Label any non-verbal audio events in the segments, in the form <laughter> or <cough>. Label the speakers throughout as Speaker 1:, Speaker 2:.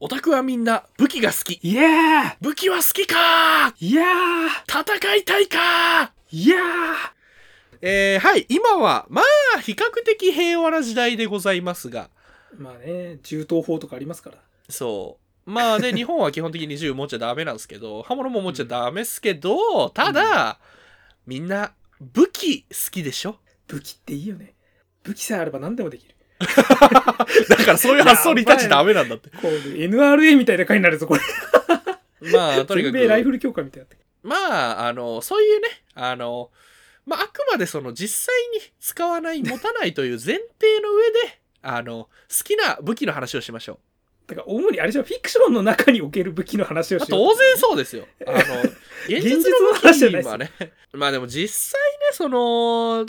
Speaker 1: オタクはみんな武器が好き。
Speaker 2: いや
Speaker 1: 武器は好きか
Speaker 2: ーいや
Speaker 1: 戦いたいか
Speaker 2: ーいや
Speaker 1: えー、はい、今は、まあ、比較的平和な時代でございますが、
Speaker 2: ーまあね、銃刀法とかありますから。
Speaker 1: そう。まあ、で、日本は基本的に銃持っちゃダメなんですけ <laughs> ど、刃物も持っちゃダメっすけど、ただ、みんな、武器好きでしょ
Speaker 2: 武器っていいよね。武器さえあれば何でもできる。
Speaker 1: <laughs> だからそういう発想に立ちダメなんだって。
Speaker 2: こう、NRA みたいな回になるぞ、これ。
Speaker 1: まあ、とにか
Speaker 2: 全米ライ
Speaker 1: く、
Speaker 2: フル協会みたいになって
Speaker 1: まあ、あの、そういうね、あの、まあ、あくまでその実際に使わない、持たないという前提の上で、 <laughs> あの、好きな武器の話をしましょう。
Speaker 2: だから、主にあれじゃんフィクションの中における武器の話を
Speaker 1: まあ
Speaker 2: しよう。
Speaker 1: 当然そうですよ。あの、
Speaker 2: <laughs>
Speaker 1: 現
Speaker 2: 実
Speaker 1: 実
Speaker 2: の
Speaker 1: の
Speaker 2: 話じゃな
Speaker 1: 話
Speaker 2: いです
Speaker 1: はね。まあでも実際ね、その、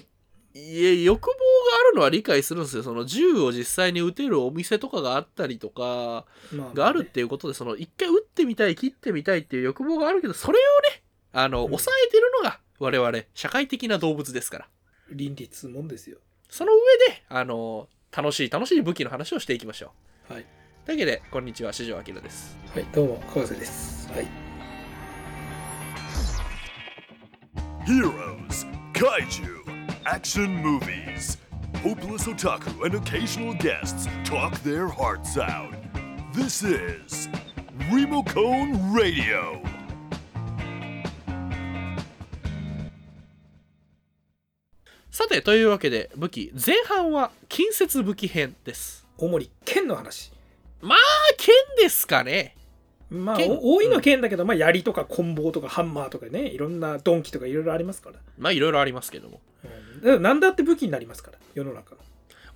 Speaker 1: いえ欲望があるのは理解するんですよ。その銃を実際に撃てるお店とかがあったりとか
Speaker 2: まあまあね
Speaker 1: があるっていうことで、その一回撃ってみたい、切ってみたいっていう欲望があるけど、それをね、あの、
Speaker 2: うん
Speaker 1: 抑えてるのが我々、社会的な動物ですから。
Speaker 2: 倫理っつうもんですよ。
Speaker 1: その上で、あの、楽しい楽しい武器の話をしていきましょう。
Speaker 2: はい。
Speaker 1: というわけで、こんにちは、四条明です。
Speaker 2: はい、どうも、川瀬です。はい。
Speaker 3: Heroes, kaiju, action movies. Hopeless otaku and occasional guests talk their hearts out. This is Remocone Radio.
Speaker 1: さてというわけで武器前半は近接武器編です
Speaker 2: 主に剣の話。
Speaker 1: あ剣ですかね
Speaker 2: まあ、
Speaker 1: 剣
Speaker 2: お多いのは剣だけど、まあ、槍とか棍棒とかハンマーとかね、いろんな鈍器とかいろいろありますから。
Speaker 1: まあいろいろありますけども
Speaker 2: うん、だから何だって武器になりますから、世の中の。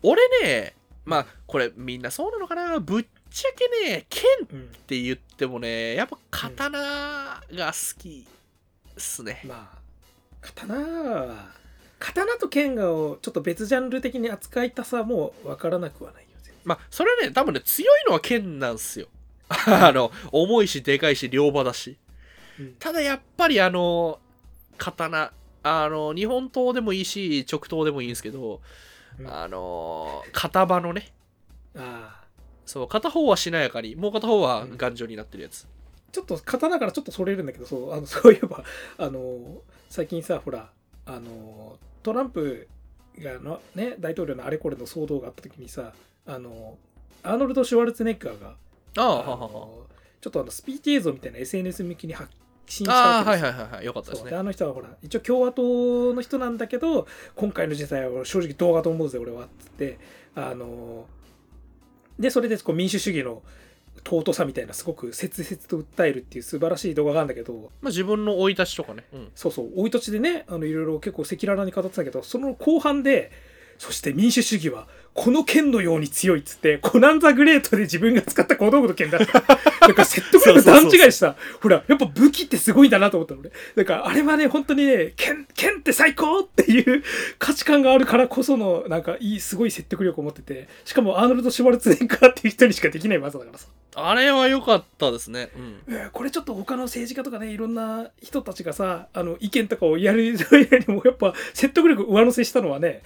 Speaker 1: 俺ねまあこれみんなそうなのかなぶっちゃけね剣っ
Speaker 2: うん、
Speaker 1: て言ってもねやっぱ刀が好きっすね、
Speaker 2: まあ、刀は、刀と剣がをちょっと別ジャンル的に扱いたさもわからなくはないよ。全
Speaker 1: まあそれね多分ね強いのは剣なんすよ <laughs> あの重いしでかいし両刃だし
Speaker 2: 然うん
Speaker 1: ただやっぱりあの刀あの日本刀でもいいし直刀でもいいんですけど、
Speaker 2: うん
Speaker 1: あの片刃のね
Speaker 2: ああ
Speaker 1: そう片方はしなやかにもう片方は頑丈になってるやつ、
Speaker 2: ちょっと刀からちょっとそれるんだけど、そうあの <laughs> そういえば、あの、最近さ、ほら、あの、トランプがの、ね、大統領のあれこれの騒動があった時にさ、あの、アーノルド・シュワルツェネッガーが、
Speaker 1: ああ
Speaker 2: あ
Speaker 1: ははは
Speaker 2: のちょっとあのスピーチ映像みたいな SNS 向きに発信した
Speaker 1: あ
Speaker 2: わ
Speaker 1: あはい
Speaker 2: けです
Speaker 1: は
Speaker 2: よ
Speaker 1: いはいはいよかったです
Speaker 2: そう
Speaker 1: ね
Speaker 2: であの人はほら一応共和党の人なんだけど今回の事態は俺正直動画と思うぜ俺はっつってあのーでそれでこう民主主義の尊さみたいなすごく切々と訴えるっていう素晴らしい動画があるんだけど
Speaker 1: まあ自分の生い立ちとかね、うん
Speaker 2: そうそう生い立ちでねあのいろいろ結構赤裸々に語ってたけどその後半でそして民主主義はこの剣のように強いっつってコナン・ザ・グレートで自分が使った小道具の剣だった
Speaker 1: <laughs>
Speaker 2: なんか説得力段違いしたほらやっぱ武器ってすごいんだなと思ったのねなんかあれはね本当にね剣剣って最高っていう <laughs> 価値観があるからこそのなんかいいすごい説得力を持っててしかもアーノルド・シュワルツェネッガーっていう人にしかできない技だからさ
Speaker 1: あれは良かったですね、うん、
Speaker 2: えーこれちょっと他の政治家とかねいろんな人たちがさあの意見とかをやるよりもやっぱ説得力上乗せしたのはね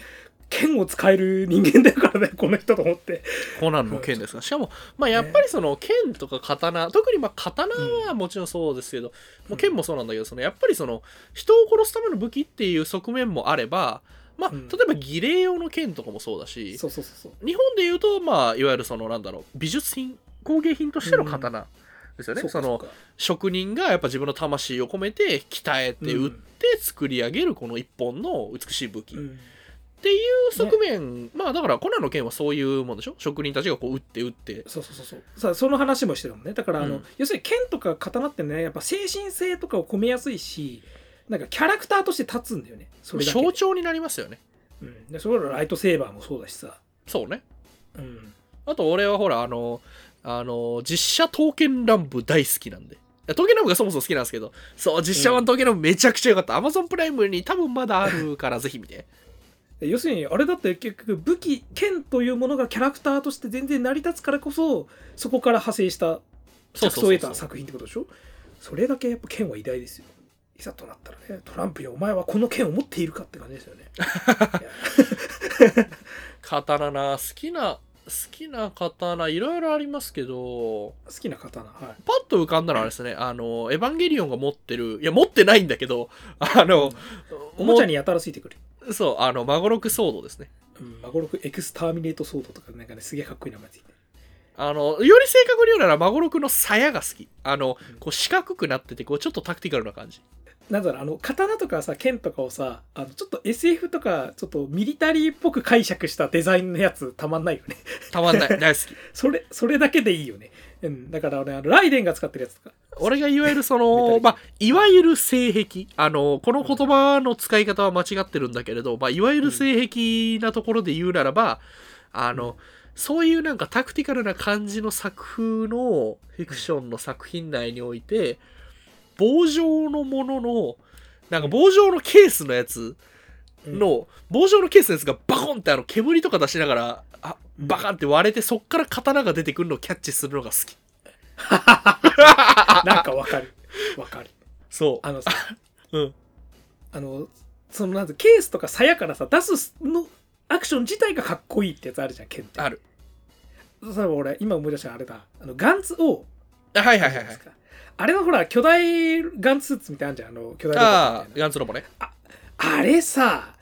Speaker 2: 剣を使える人間だからねこの人と思って
Speaker 1: コナンの剣ですがしかもまあやっぱりその剣とか刀特にまあ刀はもちろんそうですけど、もう剣もそうなんだけどそのやっぱりその人を殺すための武器っていう側面もあればまあ、
Speaker 2: うん
Speaker 1: 例えば儀礼用の剣とかもそうだし
Speaker 2: そうそうそうそう
Speaker 1: 日本でいうとまあいわゆるそのなんだろう美術品工芸品としての刀ですよね、
Speaker 2: そう
Speaker 1: そ
Speaker 2: か
Speaker 1: の
Speaker 2: そうか
Speaker 1: 職人がやっぱ自分の魂を込めて鍛えて
Speaker 2: うん
Speaker 1: 打って作り上げるこの一本の美しい武器っ
Speaker 2: うん
Speaker 1: ていう側面、まあだからコナンの剣はそういうもんでしょ職人たちがこう打って打って
Speaker 2: そうそうそうそうさあその話もしてたもんねだからあ
Speaker 1: う
Speaker 2: の、
Speaker 1: ん
Speaker 2: 要するに剣とか刀ってねやっぱ精神性とかを込めやすいしなんかキャラクターとして立つんだよねそれだけで
Speaker 1: 象徴になりますよね
Speaker 2: うん、でそれからライトセーバーもそうだしさ
Speaker 1: そうね
Speaker 2: うん
Speaker 1: あと俺はほらあのあの実写刀剣乱舞大好きなんでいや刀剣乱舞がそもそも好きなんですけどそう実写版刀剣乱舞めちゃくちゃ良かった、Amazon プライムに多分まだあるからぜひ見て
Speaker 2: え要するにあれだって結局武器剣というものがキャラクターとして全然成り立つからこそそこから派生した着想を得た作品ってことでしょそれだけやっぱ剣は偉大ですよいざとなったらねトランプよお前はこの剣を持っているかって感じですよねいや
Speaker 1: 刀な好きな好きな刀いろいろありますけど
Speaker 2: 好きな刀はい
Speaker 1: パッと浮かんだのはあれですねあのエヴァンゲリオンが持ってるいや持ってないんだけどあの
Speaker 2: おもちゃにやたらついてくる
Speaker 1: もそうあのマゴロクソードですね
Speaker 2: うんマゴロクエクスターミネートソードとかなんかねすげえかっこいい名前ついてる
Speaker 1: あのより正確に言うならマゴロクの鞘が好きあのこう四角くなっててこうちょっとタクティカルな感じ
Speaker 2: なんだろうあの刀とかさ剣とかをさあのちょっと SF とかちょっとミリタリーっぽく解釈したデザインのやつたまんないよね
Speaker 1: たまんない大好き
Speaker 2: それそれだけでいいよね、うん、だから俺あのライデンが使ってるやつとか
Speaker 1: 俺がいわゆるそ
Speaker 2: <laughs> メタ
Speaker 1: の
Speaker 2: リ、
Speaker 1: まあ、いわゆる性癖あのこの言葉の使い方は間違ってるんだけれど、まあ、いわゆる性癖なところで言うならばあの、そういうなんかタクティカルな感じの作風のフィクションの作品内において棒状のもののなんか棒状のケースのやつの、棒状のケースのやつがバコンってあの煙とか出しながらあバカンって割れてそっから刀が出てくるのをキャッチするのが好き
Speaker 2: なんかわかるわかる
Speaker 1: そ
Speaker 2: あのさ
Speaker 1: ううん
Speaker 2: あのそのなんてケースとか鞘からさ出すのアクション自体がかっこいいってやつあるじゃん剣って
Speaker 1: ある
Speaker 2: 例えば俺今思い出したのあれだあのガンツを
Speaker 1: あはいはい
Speaker 2: じ
Speaker 1: は
Speaker 2: ゃ
Speaker 1: いはい
Speaker 2: ないですかあれのほら巨大ガンツーツみたいなのあんじゃんあの巨大ロボッ
Speaker 1: ああ、
Speaker 2: トみたいな
Speaker 1: ガンツロボね。
Speaker 2: あれさ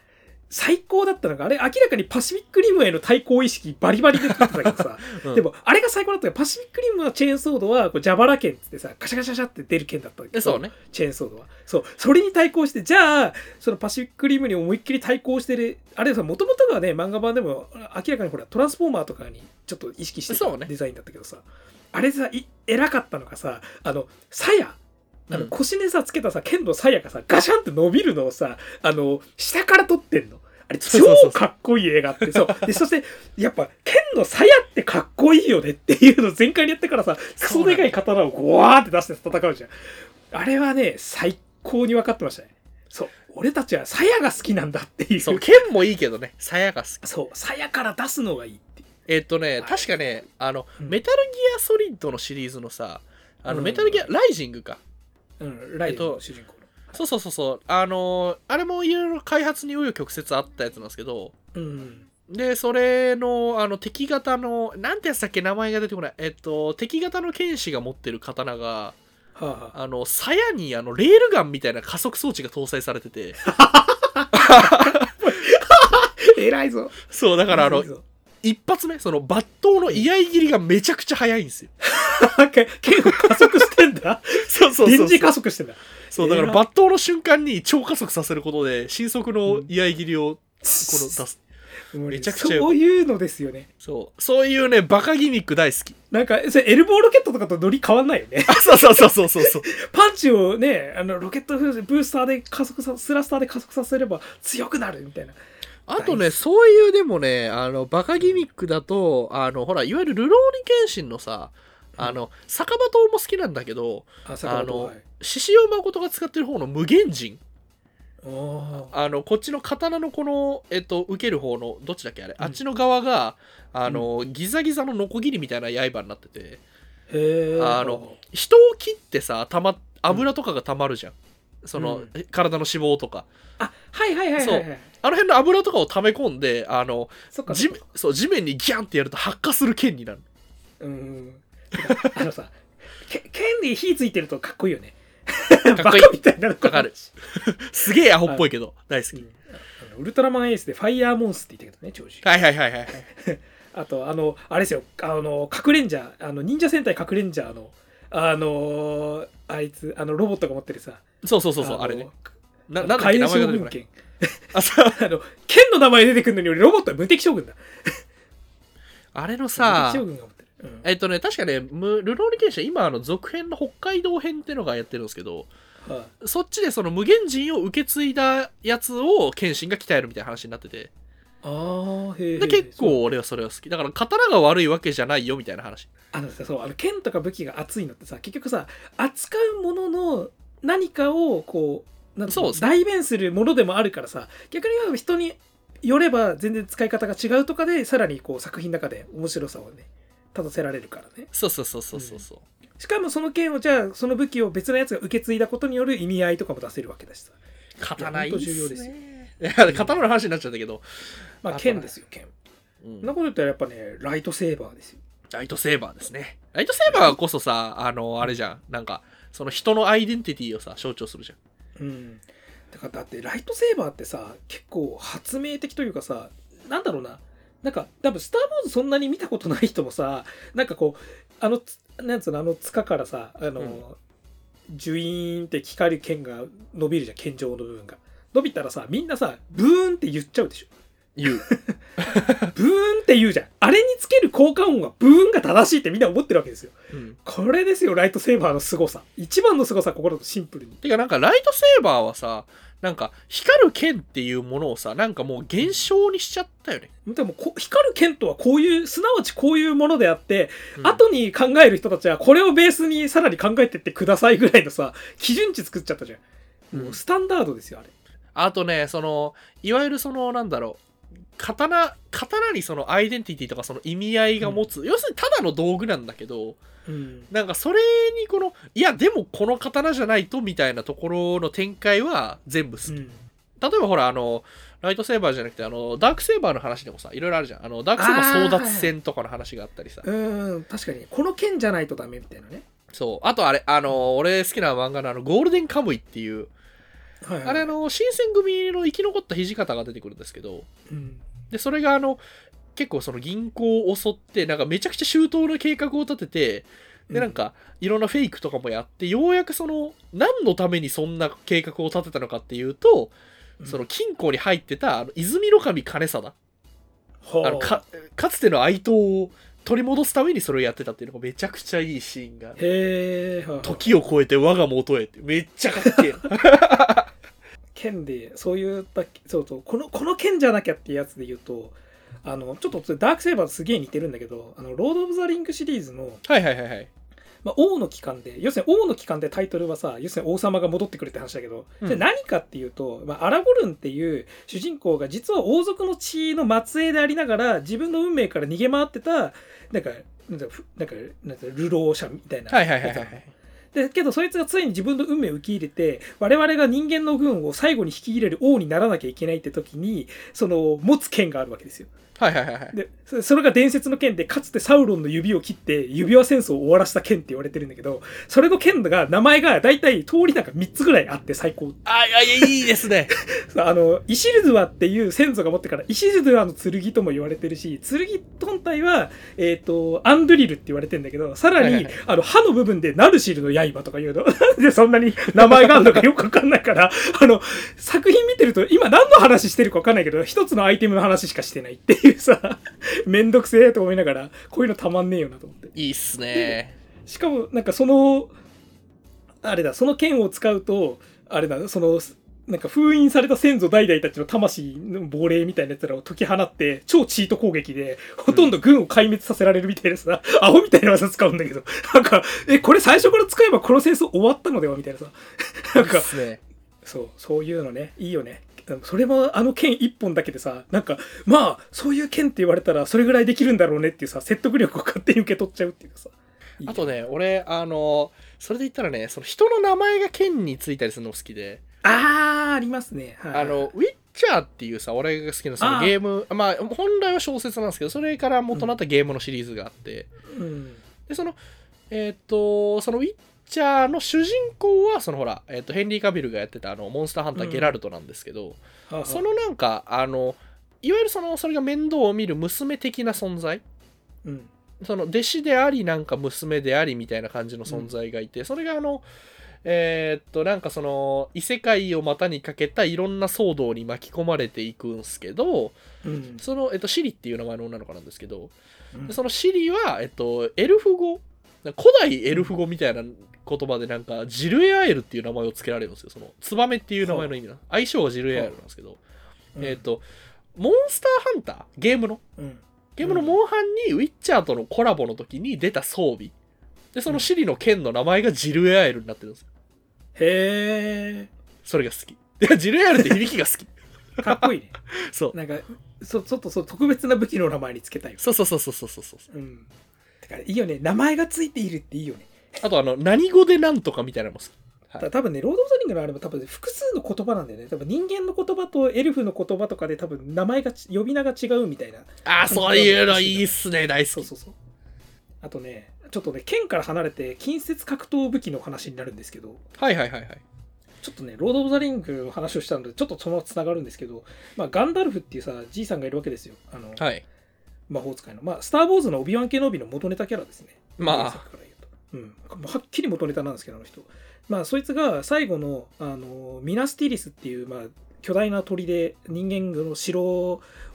Speaker 2: 最高だったのがあれ明らかにパシフィックリムへの対抗意識バリバリで作ってたけどさ、
Speaker 1: <laughs> うん
Speaker 2: でもあれが最高だったのがパシフィックリムのチェーンソードはこう蛇腹剣っつってさカシャカシャカシャって出る剣だったんだけ
Speaker 1: え
Speaker 2: ど
Speaker 1: そうね。
Speaker 2: チェーンソードは。そう。それに対抗して、じゃあ、そのパシフィックリムに思いっきり対抗してる、あれさ、もともとがね、漫画版でも、明らかにほら、トランスフォーマーとかにちょっと意識して
Speaker 1: そう
Speaker 2: た
Speaker 1: ね
Speaker 2: デザインだったけどさ、あれさ、い偉かったのがさ、あの、鞘、あの
Speaker 1: うん
Speaker 2: 腰にさ、つけたさ、剣の鞘がさ、ガシャンって伸びるのをさ、あの、下から撮ってんの。あれ、
Speaker 1: そうそうそう
Speaker 2: 超かっこいい映画って。そう。で、そして、やっぱ、剣の鞘ってかっこいいよねっていうのを全開にやってからさ、クソでかい刀をゴワーって出して戦うじゃん。あれはね、最高に分かってましたね。そう。俺たちは鞘が好きなんだっていう。
Speaker 1: そう、剣もいいけどね、鞘が好き。
Speaker 2: そう。鞘から出すのがいいっていう。
Speaker 1: えっとね、
Speaker 2: い
Speaker 1: 確かね、あの、
Speaker 2: うん
Speaker 1: メタルギアソリッドのシリーズのさ、あの、
Speaker 2: うん
Speaker 1: メタルギア、ライジングか。
Speaker 2: うん、ライトの主人公の。
Speaker 1: そうそうそうそう。あのー、あれもいろいろ開発に紆余曲折あったやつなんですけど、
Speaker 2: うん。
Speaker 1: で、それの、あの、敵型の、なんてやつだっけ、名前が出てこない。えっと、敵型の剣士が持ってる刀が、
Speaker 2: はあ、はあ、
Speaker 1: あの、鞘に、あの、レールガンみたいな加速装置が搭載されて <laughs> て、
Speaker 2: 偉いぞ。
Speaker 1: そう、だから、あの
Speaker 2: 偉い、ぞ
Speaker 1: 一発目、その、抜刀の居合切りがめちゃくちゃ速いんですよ。
Speaker 2: なんか剣を加速してんだ。
Speaker 1: そう <laughs> そうそ
Speaker 2: 電
Speaker 1: うそ
Speaker 2: 磁
Speaker 1: う。
Speaker 2: 加速してんだ。
Speaker 1: そうだから
Speaker 2: えー
Speaker 1: 抜刀の瞬間に超加速させることで新速の居合切りをこの出す、めちゃくちゃ
Speaker 2: そういうのですよね。
Speaker 1: そうそういうねバカギミック大好き
Speaker 2: なんか、それエルボーロケットとかとノリ変わんないよね。 <laughs>
Speaker 1: あそうそうそうそうそうそう
Speaker 2: パンチをね、あの、ロケットブースターで加速さ、スラスターで加速させれば強くなるみたいな。
Speaker 1: <laughs> あとねそういうでもねあのバカギミックだとあのほらいわゆるルローニケンシンのさあの酒場刀も好きなんだけど
Speaker 2: あ、
Speaker 1: あ
Speaker 2: 坂本
Speaker 1: の
Speaker 2: はい
Speaker 1: 獅子王誠が使ってる方の無限人
Speaker 2: おー
Speaker 1: あのこっちの刀のこの、えっと、受ける方のどっちだっけあれ、あっちの側があの、ギザギザのノコギリみたいな刃になってて
Speaker 2: へー
Speaker 1: あの人を切ってさた、ま、油とかがたまるじゃん、その、
Speaker 2: うん
Speaker 1: 体の脂肪とか
Speaker 2: あはいはいはいはいはい
Speaker 1: あの辺の油とかを溜め込んであの
Speaker 2: そっか
Speaker 1: 地
Speaker 2: そっ
Speaker 1: 面
Speaker 2: か
Speaker 1: そう地面にギャンってやると発火する剣に
Speaker 2: <laughs>
Speaker 1: なる
Speaker 2: うんてかあのさけ剣に火ついてるとかっこいいよね
Speaker 1: っ
Speaker 2: バ
Speaker 1: こいい
Speaker 2: カみたいになる
Speaker 1: わかる <laughs> すげえアホっぽいけど大好
Speaker 2: う
Speaker 1: き、
Speaker 2: んあのウルトラマンエースでファイヤーモンスって言ったけどね長寿
Speaker 1: はいはいはいはいはい
Speaker 2: あとあのあれですよあのかくれんじゃあの忍者戦隊かくれんじゃのあのーあいつあのロボットが持ってるさ
Speaker 1: そうそうそうそう
Speaker 2: の
Speaker 1: あれねななんだっ
Speaker 2: 火
Speaker 1: け名
Speaker 2: 炎
Speaker 1: 前
Speaker 2: 将
Speaker 1: が出てこ
Speaker 2: 軍
Speaker 1: ない
Speaker 2: 剣
Speaker 1: あそう
Speaker 2: <laughs> あの剣の名前出てくるのに俺ロボットは無敵将軍だ
Speaker 1: あれの
Speaker 2: 無
Speaker 1: さ
Speaker 2: 敵将軍が持ってる、うん
Speaker 1: えっとね確かねむルローニケンシン今あの続編の北海道編ってのがやってるんですけど
Speaker 2: はい
Speaker 1: そっちでその無限人を受け継いだやつを剣心が鍛えるみたいな話になってて
Speaker 2: あーへー
Speaker 1: で結構俺はそれは好きだから刀が悪いわけじゃないよみたいな話
Speaker 2: あのさそうあの剣とか武器が熱いのってさ結局さ扱うものの何かをこうなんてい
Speaker 1: そう
Speaker 2: の
Speaker 1: です
Speaker 2: 代弁するものでもあるからさ逆に言えば人によれば全然使い方が違うとかでさらにこう作品の中で面白さをね立たせられるからね
Speaker 1: そうそうそうそうそうそう、
Speaker 2: しかもその剣をじゃあその武器を別のやつが受け継いだことによる意味合いとかも出せるわけだしさ、
Speaker 1: 刀いいっ
Speaker 2: いやほんと重要
Speaker 1: す
Speaker 2: です
Speaker 1: ねいや刀の話になっちゃったけど
Speaker 2: まあ、
Speaker 1: あとね
Speaker 2: 剣ですよ剣
Speaker 1: うん
Speaker 2: そんなこと言ったらやっぱねライトセーバーですよ
Speaker 1: ライトセーバーですね。ライトセーバーこそさ、あの、あれじゃん。なんか、その人のアイデンティティをさ、象徴するじゃん。
Speaker 2: うん、だからだってライトセーバーってさ結構発明的というかさなんだろうななんか多分「スター・ウォーズ」そんなに見たことない人もさなんかこうあのつなんつうのあの塚からさあの、
Speaker 1: うん
Speaker 2: ジュイーンって光る剣が伸びるじゃん剣状の部分が伸びたらさみんなさブーンって言っちゃうでしょ <laughs>
Speaker 1: 言う。
Speaker 2: ブーンって言うじゃんあれにつける効果音がブーンが正しいってみんな思ってるわけですよ
Speaker 1: うん。
Speaker 2: これですよライトセーバーの凄さ一番の凄さはここだとシンプルに
Speaker 1: てか、なんか、ライトセーバーはさ、なんか、光る剣っていうものをさ、なんかもう現象にしちゃったよね。
Speaker 2: でもこ光る剣とはこういうすなわちこういうものであって、
Speaker 1: うん、
Speaker 2: 後に考える人たちはこれをベースにさらに考えてってくださいぐらいのさ基準値作っちゃったじゃん、
Speaker 1: うん
Speaker 2: もうスタンダードですよあれ
Speaker 1: あとね、その、いわゆるその、なんだろう、刀、刀にそのアイデンティティとかその意味合いが持つ、要するにただの道具なんだけど、
Speaker 2: うん
Speaker 1: なんかそれにこの、いや、でもこの刀じゃないとみたいなところの展開は全部好き。
Speaker 2: うん
Speaker 1: 例えばほらあのライトセーバーじゃなくてあのダークセーバーの話でもさいろいろあるじゃんあのダークセーバー争奪戦とかの話があったりさ
Speaker 2: うん確かにこの剣じゃないとダメみたいなね、
Speaker 1: そうあとあれあの俺好きな漫画のあのゴールデンカムイっていう
Speaker 2: はいはい
Speaker 1: あれあの新選組の生き残った土方が出てくるんですけど
Speaker 2: うん
Speaker 1: でそれがあの結構その銀行を襲ってなんかめちゃくちゃ周到な計画を立ててでなんかいろんなフェイクとかもやってようやくその何のためにそんな計画を立てたのかっていうと
Speaker 2: うん
Speaker 1: その金庫に入ってたあの泉の神兼貞
Speaker 2: ほう
Speaker 1: あのかかつての哀悼を取り戻すためにそれをやってたっていうのがめちゃくちゃいいシーンが
Speaker 2: へえ、はいはい
Speaker 1: 時を超えて我が元へってめっちゃかっけえ
Speaker 2: 剣でそういうだっけそうそうこのこの剣じゃなきゃってやつで言うとあのちょっとダークセーバーとすげえ似てるんだけど「あのロード・オブ・ザ・リング」シリーズの「
Speaker 1: はいはいはいはい
Speaker 2: まあ、王の帰還で要するに王の帰還でタイトルはさ要するに王様が戻ってくるって話だけど、
Speaker 1: うん
Speaker 2: それ何かっていうと、まあ、アラゴルンっていう主人公が実は王族の血の末裔でありながら自分の運命から逃げ回ってたなんかなんかふなんかなんか流浪者みたいな
Speaker 1: はいはいはい <laughs> はい
Speaker 2: でけどそいつがついに自分の運命を受け入れて我々が人間の軍を最後に引き入れる王にならなきゃいけないって時にその持つ剣があるわけですよ
Speaker 1: はいはいはいはい
Speaker 2: でそそれが伝説の剣でかつてサウロンの指を切って指輪戦争を終わらせた剣って言われてるんだけどそれの剣が名前が大体通りなんか3つぐらいあって最高
Speaker 1: あいやいやいいですね
Speaker 2: <laughs> あのイシルドゥアっていう先祖が持ってからイシルドゥアの剣とも言われてるし剣本体は、えー、とアンドゥリルって言われてるんだけどさら
Speaker 1: はいはい
Speaker 2: に
Speaker 1: はい
Speaker 2: あの歯の部分でナルシルの刃とか言うの <laughs> なんでそんなに名前があるのかよくわかんないからあの作品見てると今何の話してるかわかんないけど一つのアイテムの話しかしてないっていうさ <laughs> めんどくせえと思いながらこういうのたまんねえよなと思って。
Speaker 1: いいっすね <laughs>
Speaker 2: しかもなんかそのあれだその剣を使うとあれだそのなんか封印された先祖代々たちの魂の亡霊みたいなやつらを解き放って超チート攻撃でほとんど軍を壊滅させられるみたいなさ、アホみたいな技使うんだけどなんかえこれ最初から使えばこの戦争終わったのではみたいなさなん
Speaker 1: いい
Speaker 2: か
Speaker 1: っすね
Speaker 2: そうそういうのねいいよねそれもあの剣一本だけでさなんかまあそういう剣って言われたらそれぐらいできるんだろうねっていうさ説得力を勝手に受け取っちゃうっていうかさいいよ
Speaker 1: あとね俺あのそれで言ったらねその人の名前が剣についたりするの好きで
Speaker 2: あーありますね、はい、
Speaker 1: あのウィッチャーっていうさ俺が好きなその
Speaker 2: あー
Speaker 1: ゲームまあ本来は小説なんですけどそれから元になったゲームのシリーズがあって、
Speaker 2: うん
Speaker 1: でそのえーっとそのウィッチャーの主人公はそのほら、えーっとヘンリー・カビルがやってたあのモンスターハンタ
Speaker 2: う
Speaker 1: ー
Speaker 2: ん
Speaker 1: ゲラルトなんですけど、
Speaker 2: はあはあ
Speaker 1: そのなんかあのいわゆるそのそれが面倒を見る娘的な存在
Speaker 2: うん
Speaker 1: その弟子でありなんか娘でありみたいな感じの存在がいて、それがあのえーっとなんかその異世界を股にかけたいろんな騒動に巻き込まれていくんすけど
Speaker 2: うん
Speaker 1: その、えっと、シリっていう名前の女の子なんですけど、
Speaker 2: うん
Speaker 1: でそのシリは、えっと、エルフ語古代エルフ語みたいな言葉でなんかジルエアエルっていう名前を付けられるんですよそのツバメっていう名前の意味な相性がジルエアエルなんですけど、えっとモンスターハンターゲームの
Speaker 2: うん
Speaker 1: ゲームのモンハンにウィッチャーとのコラボの時に出た装備でそのシリの剣の名前がジルエアエルになってるんですよ
Speaker 2: へ
Speaker 1: それが好き <laughs> でジルエアエルって響きが好き
Speaker 2: えかっこいいね <laughs>
Speaker 1: そう
Speaker 2: なんかそちょっとそう特別な武器の名前につけたいよ
Speaker 1: そうそうそうそうそうそうそう
Speaker 2: うんてかいいよね名前がついているっていいよね
Speaker 1: あとあの何語でなんとかみたいなのも好き
Speaker 2: だから多分ね、ロード・オブ・ザ・リングのあれも多分ね複数の言葉なんだよね。多分人間の言葉とエルフの言葉とかで多分名前がち、呼び名が違うみたいな。
Speaker 1: ああ、そういうのいいっすね、大好
Speaker 2: そう
Speaker 1: き。
Speaker 2: そうそう。あとね、ちょっとね、剣から離れて近接格闘武器の話になるんですけど、
Speaker 1: はいはいはいはい。
Speaker 2: ちょっとね、ロード・オブ・ザ・リングの話をしたので、ちょっとそのつながるんですけど、まあ、ガンダルフっていうさ、じいさんがいるわけですよ。あの、
Speaker 1: はい。
Speaker 2: 魔法使いの。まあ、スター・ウォーズのオビワン・ケノビの元ネタキャラですね。原
Speaker 1: まあ、
Speaker 2: 作から言うとうん、もうはっきり元ネタなんですけどあの人、まあ、そいつが最後のあのミナスティリスっていう、まあ、巨大な鳥で人間の城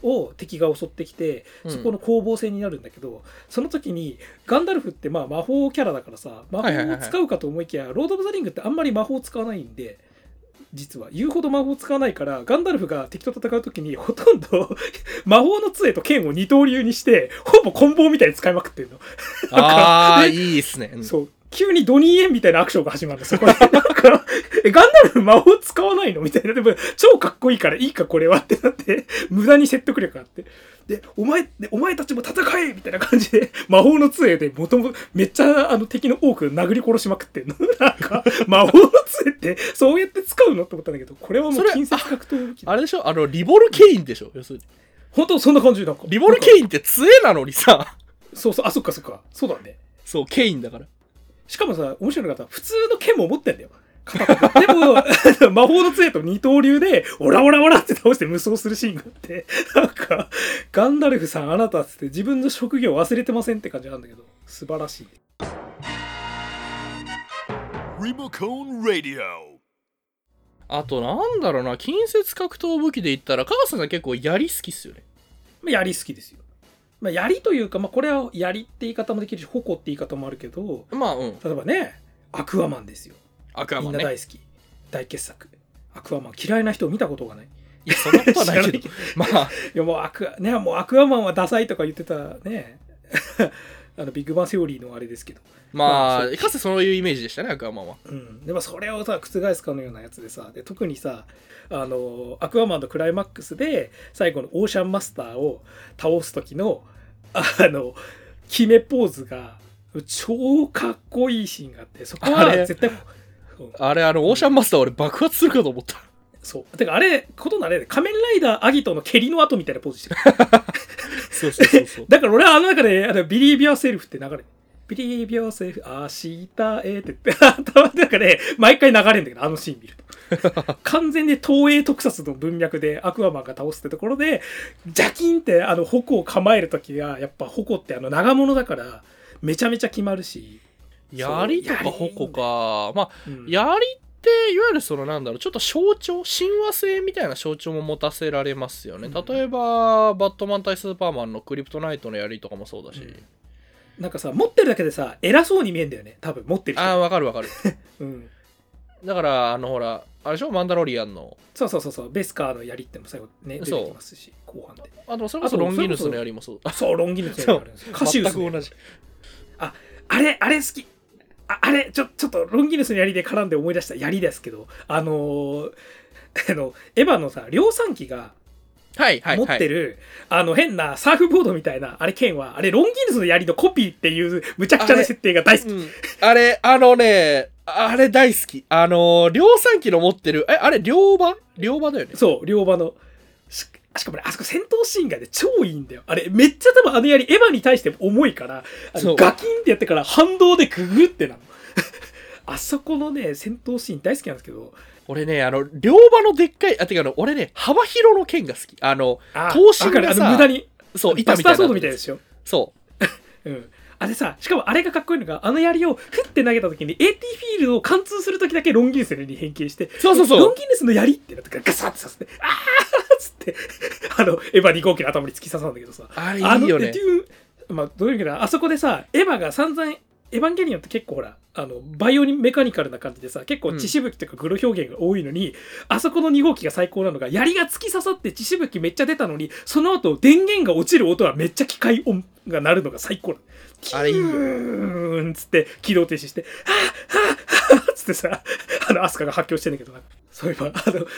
Speaker 2: を敵が襲ってきて
Speaker 1: うん
Speaker 2: そこの攻防戦になるんだけど、その時にガンダルフってまあ魔法キャラだからさ魔
Speaker 1: はいはい
Speaker 2: 法
Speaker 1: は
Speaker 2: を
Speaker 1: い
Speaker 2: 使うかと思いきや、ロード・オブ・ザ・リングってあんまり魔法を使わないんで。実は言うほど魔法を使わないからガンダルフが敵と戦う時にほとんど <laughs> 魔法の杖と剣を二刀流にしてほぼ棍棒みたいに使いまくってるの
Speaker 1: ああ、
Speaker 2: ね
Speaker 1: いいっすね。うん
Speaker 2: そう。急にドニー・エンみたいなアクションが始まるの、そ <laughs> こで。なんか、え、ガンダルフ魔法使わないのみたいな。でも、超かっこいいから、いいか、これはってなって、無駄に説得力があって。で、お前、でお前たちも戦えみたいな感じで、魔法の杖で、もともと、めっちゃ、あの、敵の多く殴り殺しまくってんの。 <laughs> なんか、魔法の杖って、そうやって使うのって思ったんだけど、これはも
Speaker 1: そうれ
Speaker 2: 近接格闘武器。
Speaker 1: あれでしょあの、リボルケインでしょ要するに。
Speaker 2: 本当そんな感じなんか。
Speaker 1: リボルケインって杖なのにさ、
Speaker 2: そうそう、あ、そっかそっか。そうだね。
Speaker 1: そう、ケインだから。
Speaker 2: しかもさ、面白いのがさ、普通の剣も持ってんだよ。片手でも、 <laughs> あの魔法の杖と二刀流で、オラオラオラって倒して無双するシーンがあって、なんか、ガンダルフさんあなたっつって自分の職業忘れてませんって感じなんだけど、素晴らしい。
Speaker 3: Remocone Radio.
Speaker 1: あと、なんだろうな、近接格闘武器で言ったら、カ川さんが結構槍好きっすよね。
Speaker 2: まあ、槍好きですよ。まあ、槍というか、まあ、これは槍って言い方もできるし、矛って言い方もあるけど、
Speaker 1: まあ、うん。
Speaker 2: 例えばね、アクアマンですよ。
Speaker 1: アクア
Speaker 2: み
Speaker 1: マ
Speaker 2: ん
Speaker 1: ンね。
Speaker 2: な大好き。大傑作。アクアマン嫌いな人を見たことがない。
Speaker 1: いや、そんなことはないけど。 <laughs> まあ、
Speaker 2: いやもうアクア、ね、もうアクアマンはダサいとか言ってたね。 <laughs> あのビッグバンセオリーのあれですけど、
Speaker 1: ま
Speaker 2: ま
Speaker 1: あ、かつてそういうイメージでしたね、アクアマンは。
Speaker 2: うん、でもそれをさ覆すかのようなやつでさで特にさあのアクアマンのクライマックスで最後のオーシャンマスターを倒す時のあの決めポーズが超かっこいいシーンがあってそこ
Speaker 1: あ
Speaker 2: は
Speaker 1: れ
Speaker 2: 絶対うん
Speaker 1: あれ、あの、オーシャンマスター俺爆発するかと思った。
Speaker 2: そうてかあれことなれ仮面ライダーアギトの蹴りの後みたいなポーズしてる
Speaker 1: そうそうそう <laughs> そう。
Speaker 2: だから俺はあの中で、あの、ビリービアセルフって流れ。ビリービアセルフ、明日へって言って、頭の中で毎回流れるんだけど、あのシーン見る
Speaker 1: <laughs>
Speaker 2: と。完全に東映特撮の文脈でアクアマンが倒すってところで、ジャキンってあの、矛を構えるときは、やっぱ矛ってあの、長物だから、めちゃめちゃ決まるし。
Speaker 1: 槍とか
Speaker 2: そう
Speaker 1: 矛か。まあ、
Speaker 2: うん
Speaker 1: 槍っていわゆるそのなんだろうちょっと象徴親和性みたいな象徴も持たせられますよね、
Speaker 2: うん
Speaker 1: 例えばバットマン対スーパーマンのクリプトナイトの槍とかもそうだし、
Speaker 2: うんなんかさ、持ってるだけでさ、偉そうに見えんだよね。多分、持ってる人。
Speaker 1: ああわかるわかる
Speaker 2: うん。
Speaker 1: だからあのほらあれでしょマンダロリアンの
Speaker 2: そうそうそうそう、ベスカーの槍っても最後ね、出てきますし、後半で。
Speaker 1: あでもそれこそ
Speaker 2: あそう
Speaker 1: ロンギヌスの槍もそうあ
Speaker 2: そう、ロンギヌスの槍あるんですよ。カシウスの
Speaker 1: 全
Speaker 2: 槍
Speaker 1: く同じ
Speaker 2: あれ、あれ好き。ああれ、ちょ、ちょっとロンギヌスの槍で絡んで思い出した槍ですけど、あのー <laughs> あの、エヴァのさ、量産機が
Speaker 1: はいはい
Speaker 2: 持っ
Speaker 1: はい
Speaker 2: てる、あの、変なサーフボードみたいな、あれ剣は、あれ、ロンギヌスの槍のコピーっていう、むちゃくちゃ
Speaker 1: あ
Speaker 2: な
Speaker 1: れ
Speaker 2: 設定が大好き。
Speaker 1: うん、あれあのねあれ大好きあのー量産機の持ってるえあれ両刃両刃だよね
Speaker 2: そう、両場の。ししかもね、あそこ戦闘シーンがね、超いいんだよ。あれ、めっちゃ多分あの槍、エヴァに対して重いから、あ
Speaker 1: そ
Speaker 2: の
Speaker 1: う
Speaker 2: ガキンってやってから反動でググってなの。 <laughs> あそこのね、戦闘シーン大好きなんですけど、
Speaker 1: 俺ねあの両刃のでっかいあてかあの俺ね幅広の剣が好きあの
Speaker 2: あ
Speaker 1: 刀身
Speaker 2: わかる
Speaker 1: が
Speaker 2: あ
Speaker 1: さ
Speaker 2: の無駄に
Speaker 1: そう、板
Speaker 2: バ
Speaker 1: みたい
Speaker 2: スター
Speaker 1: な。
Speaker 2: ソードみたいでしょ。
Speaker 1: そ
Speaker 2: うん。あれさ、しかもあれがかっこいいのが、あの槍をフって投げた時に AT フィールドを貫通する時だけロンギヌスに変形して、
Speaker 1: そうそうそう
Speaker 2: ロンギヌスの槍ってなってガサッて刺して、あーっつって、あの、エヴァ2号機の頭に突き刺さるんだけどさ。
Speaker 1: う。あれいいよ
Speaker 2: あの
Speaker 1: ね
Speaker 2: デ。ューン、まあ、どういう意味かな、あそこでさ、エヴァが散々、エヴァンゲリオンって結構ほら、あの、バイオリンメカニカルな感じでさ、結構血しぶきとかグロ表現が多いのに、あそこの2号機が最高なのが、槍が突き刺さって血しぶきめっちゃ出たのに、その後電源が落ちる音はめっちゃ機械音が鳴るのが最高なの。
Speaker 1: あれいいよ
Speaker 2: キュ <laughs> ーンっつって、起動停止して、はぁはぁはぁっつってさ、あの、アスカが発狂してんだけど、なんかそういえば、あの、 <laughs>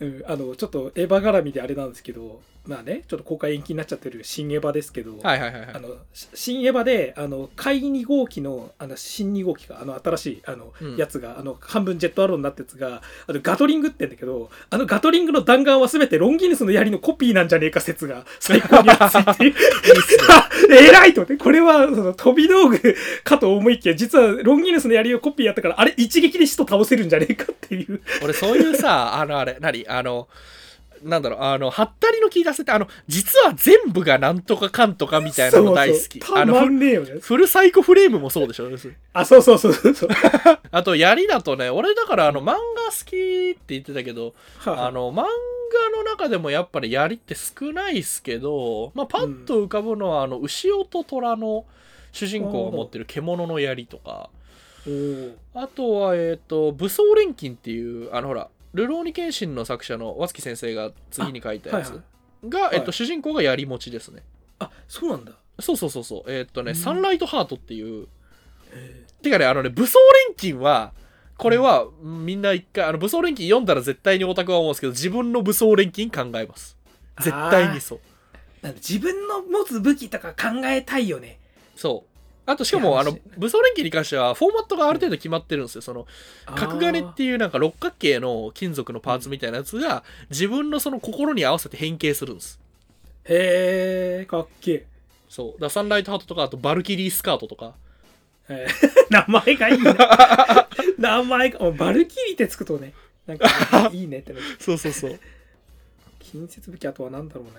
Speaker 2: うん、あの、ちょっとエヴァ絡みであれなんですけど、まあね、ちょっと公開延期になっちゃってる新エヴァですけど、
Speaker 1: はいはいはいはい
Speaker 2: あのし新エヴァであの怪2号機のあの新2号機かあの新しいあの、
Speaker 1: うん
Speaker 2: やつがあの半分ジェットアローになったやつがあのガトリングってんだけどあのガトリングの弾丸は全てロンギヌスの槍のコピーなんじゃねえか説が最高に熱いって
Speaker 1: <laughs>
Speaker 2: いう <laughs> えらいと思ってこれはその飛び道具かと思いきや実はロンギヌスの槍をコピーやったからあれ一撃で人倒せるんじゃねえかっていう
Speaker 1: 俺そういうさ <laughs> あのあれ何あのなんだろうあのハったりの聞いたせってあの実は全部がなんとかかんとかみたいなの大好き
Speaker 2: そうそうた
Speaker 1: あの
Speaker 2: ま
Speaker 1: フル
Speaker 2: んねえよね
Speaker 1: フルサイコフレームもそうでしょ要するに
Speaker 2: あそうそうそ
Speaker 1: <laughs>
Speaker 2: うそうそう
Speaker 1: あと槍だとね俺だからあの漫画好きって言ってたけどあの漫画の中でもやっぱり槍って少ないっすけど、まあ、パッと浮かぶのは、あの牛尾と虎の主人公が持ってる獣の槍とか
Speaker 2: おー
Speaker 1: あとは、えっと武装錬金っていうあのほら「ルローニケンシン」の作者の和月先生が次に書いたや
Speaker 2: あはい
Speaker 1: つが、えっ
Speaker 2: はい
Speaker 1: と主人公が槍持ちですね。
Speaker 2: あそうなんだ
Speaker 1: そうそうそうそうえっとね、
Speaker 2: うん
Speaker 1: サンライトハートっていう
Speaker 2: へ
Speaker 1: てかねあのね武装錬金はこれはみんな一回あの武装錬金読んだら絶対にオタクは思うんですけど自分の武装錬金考えます絶対にそう
Speaker 2: なんか自分の持つ武器とか考えたいよね。
Speaker 1: そうあとしか
Speaker 2: い
Speaker 1: も
Speaker 2: や
Speaker 1: あの
Speaker 2: マジ
Speaker 1: 武装錬金に関してはフォーマットがある程度決まってるんですよその角金って
Speaker 2: い
Speaker 1: いうなんか六角形の金属のパーツみたいなやつが自分のその心に合わせて変形するんです
Speaker 2: へえ、かっけえ。
Speaker 1: そうだからサンライトハートとかあとバルキリースカートとか
Speaker 2: えー <laughs> 名前がいいな。
Speaker 1: <laughs>
Speaker 2: 名前が、もうバルキリーってつくとね、なんかいいねってね。
Speaker 1: そうそうそう
Speaker 2: <laughs> 近接武器あとはなんだろうね。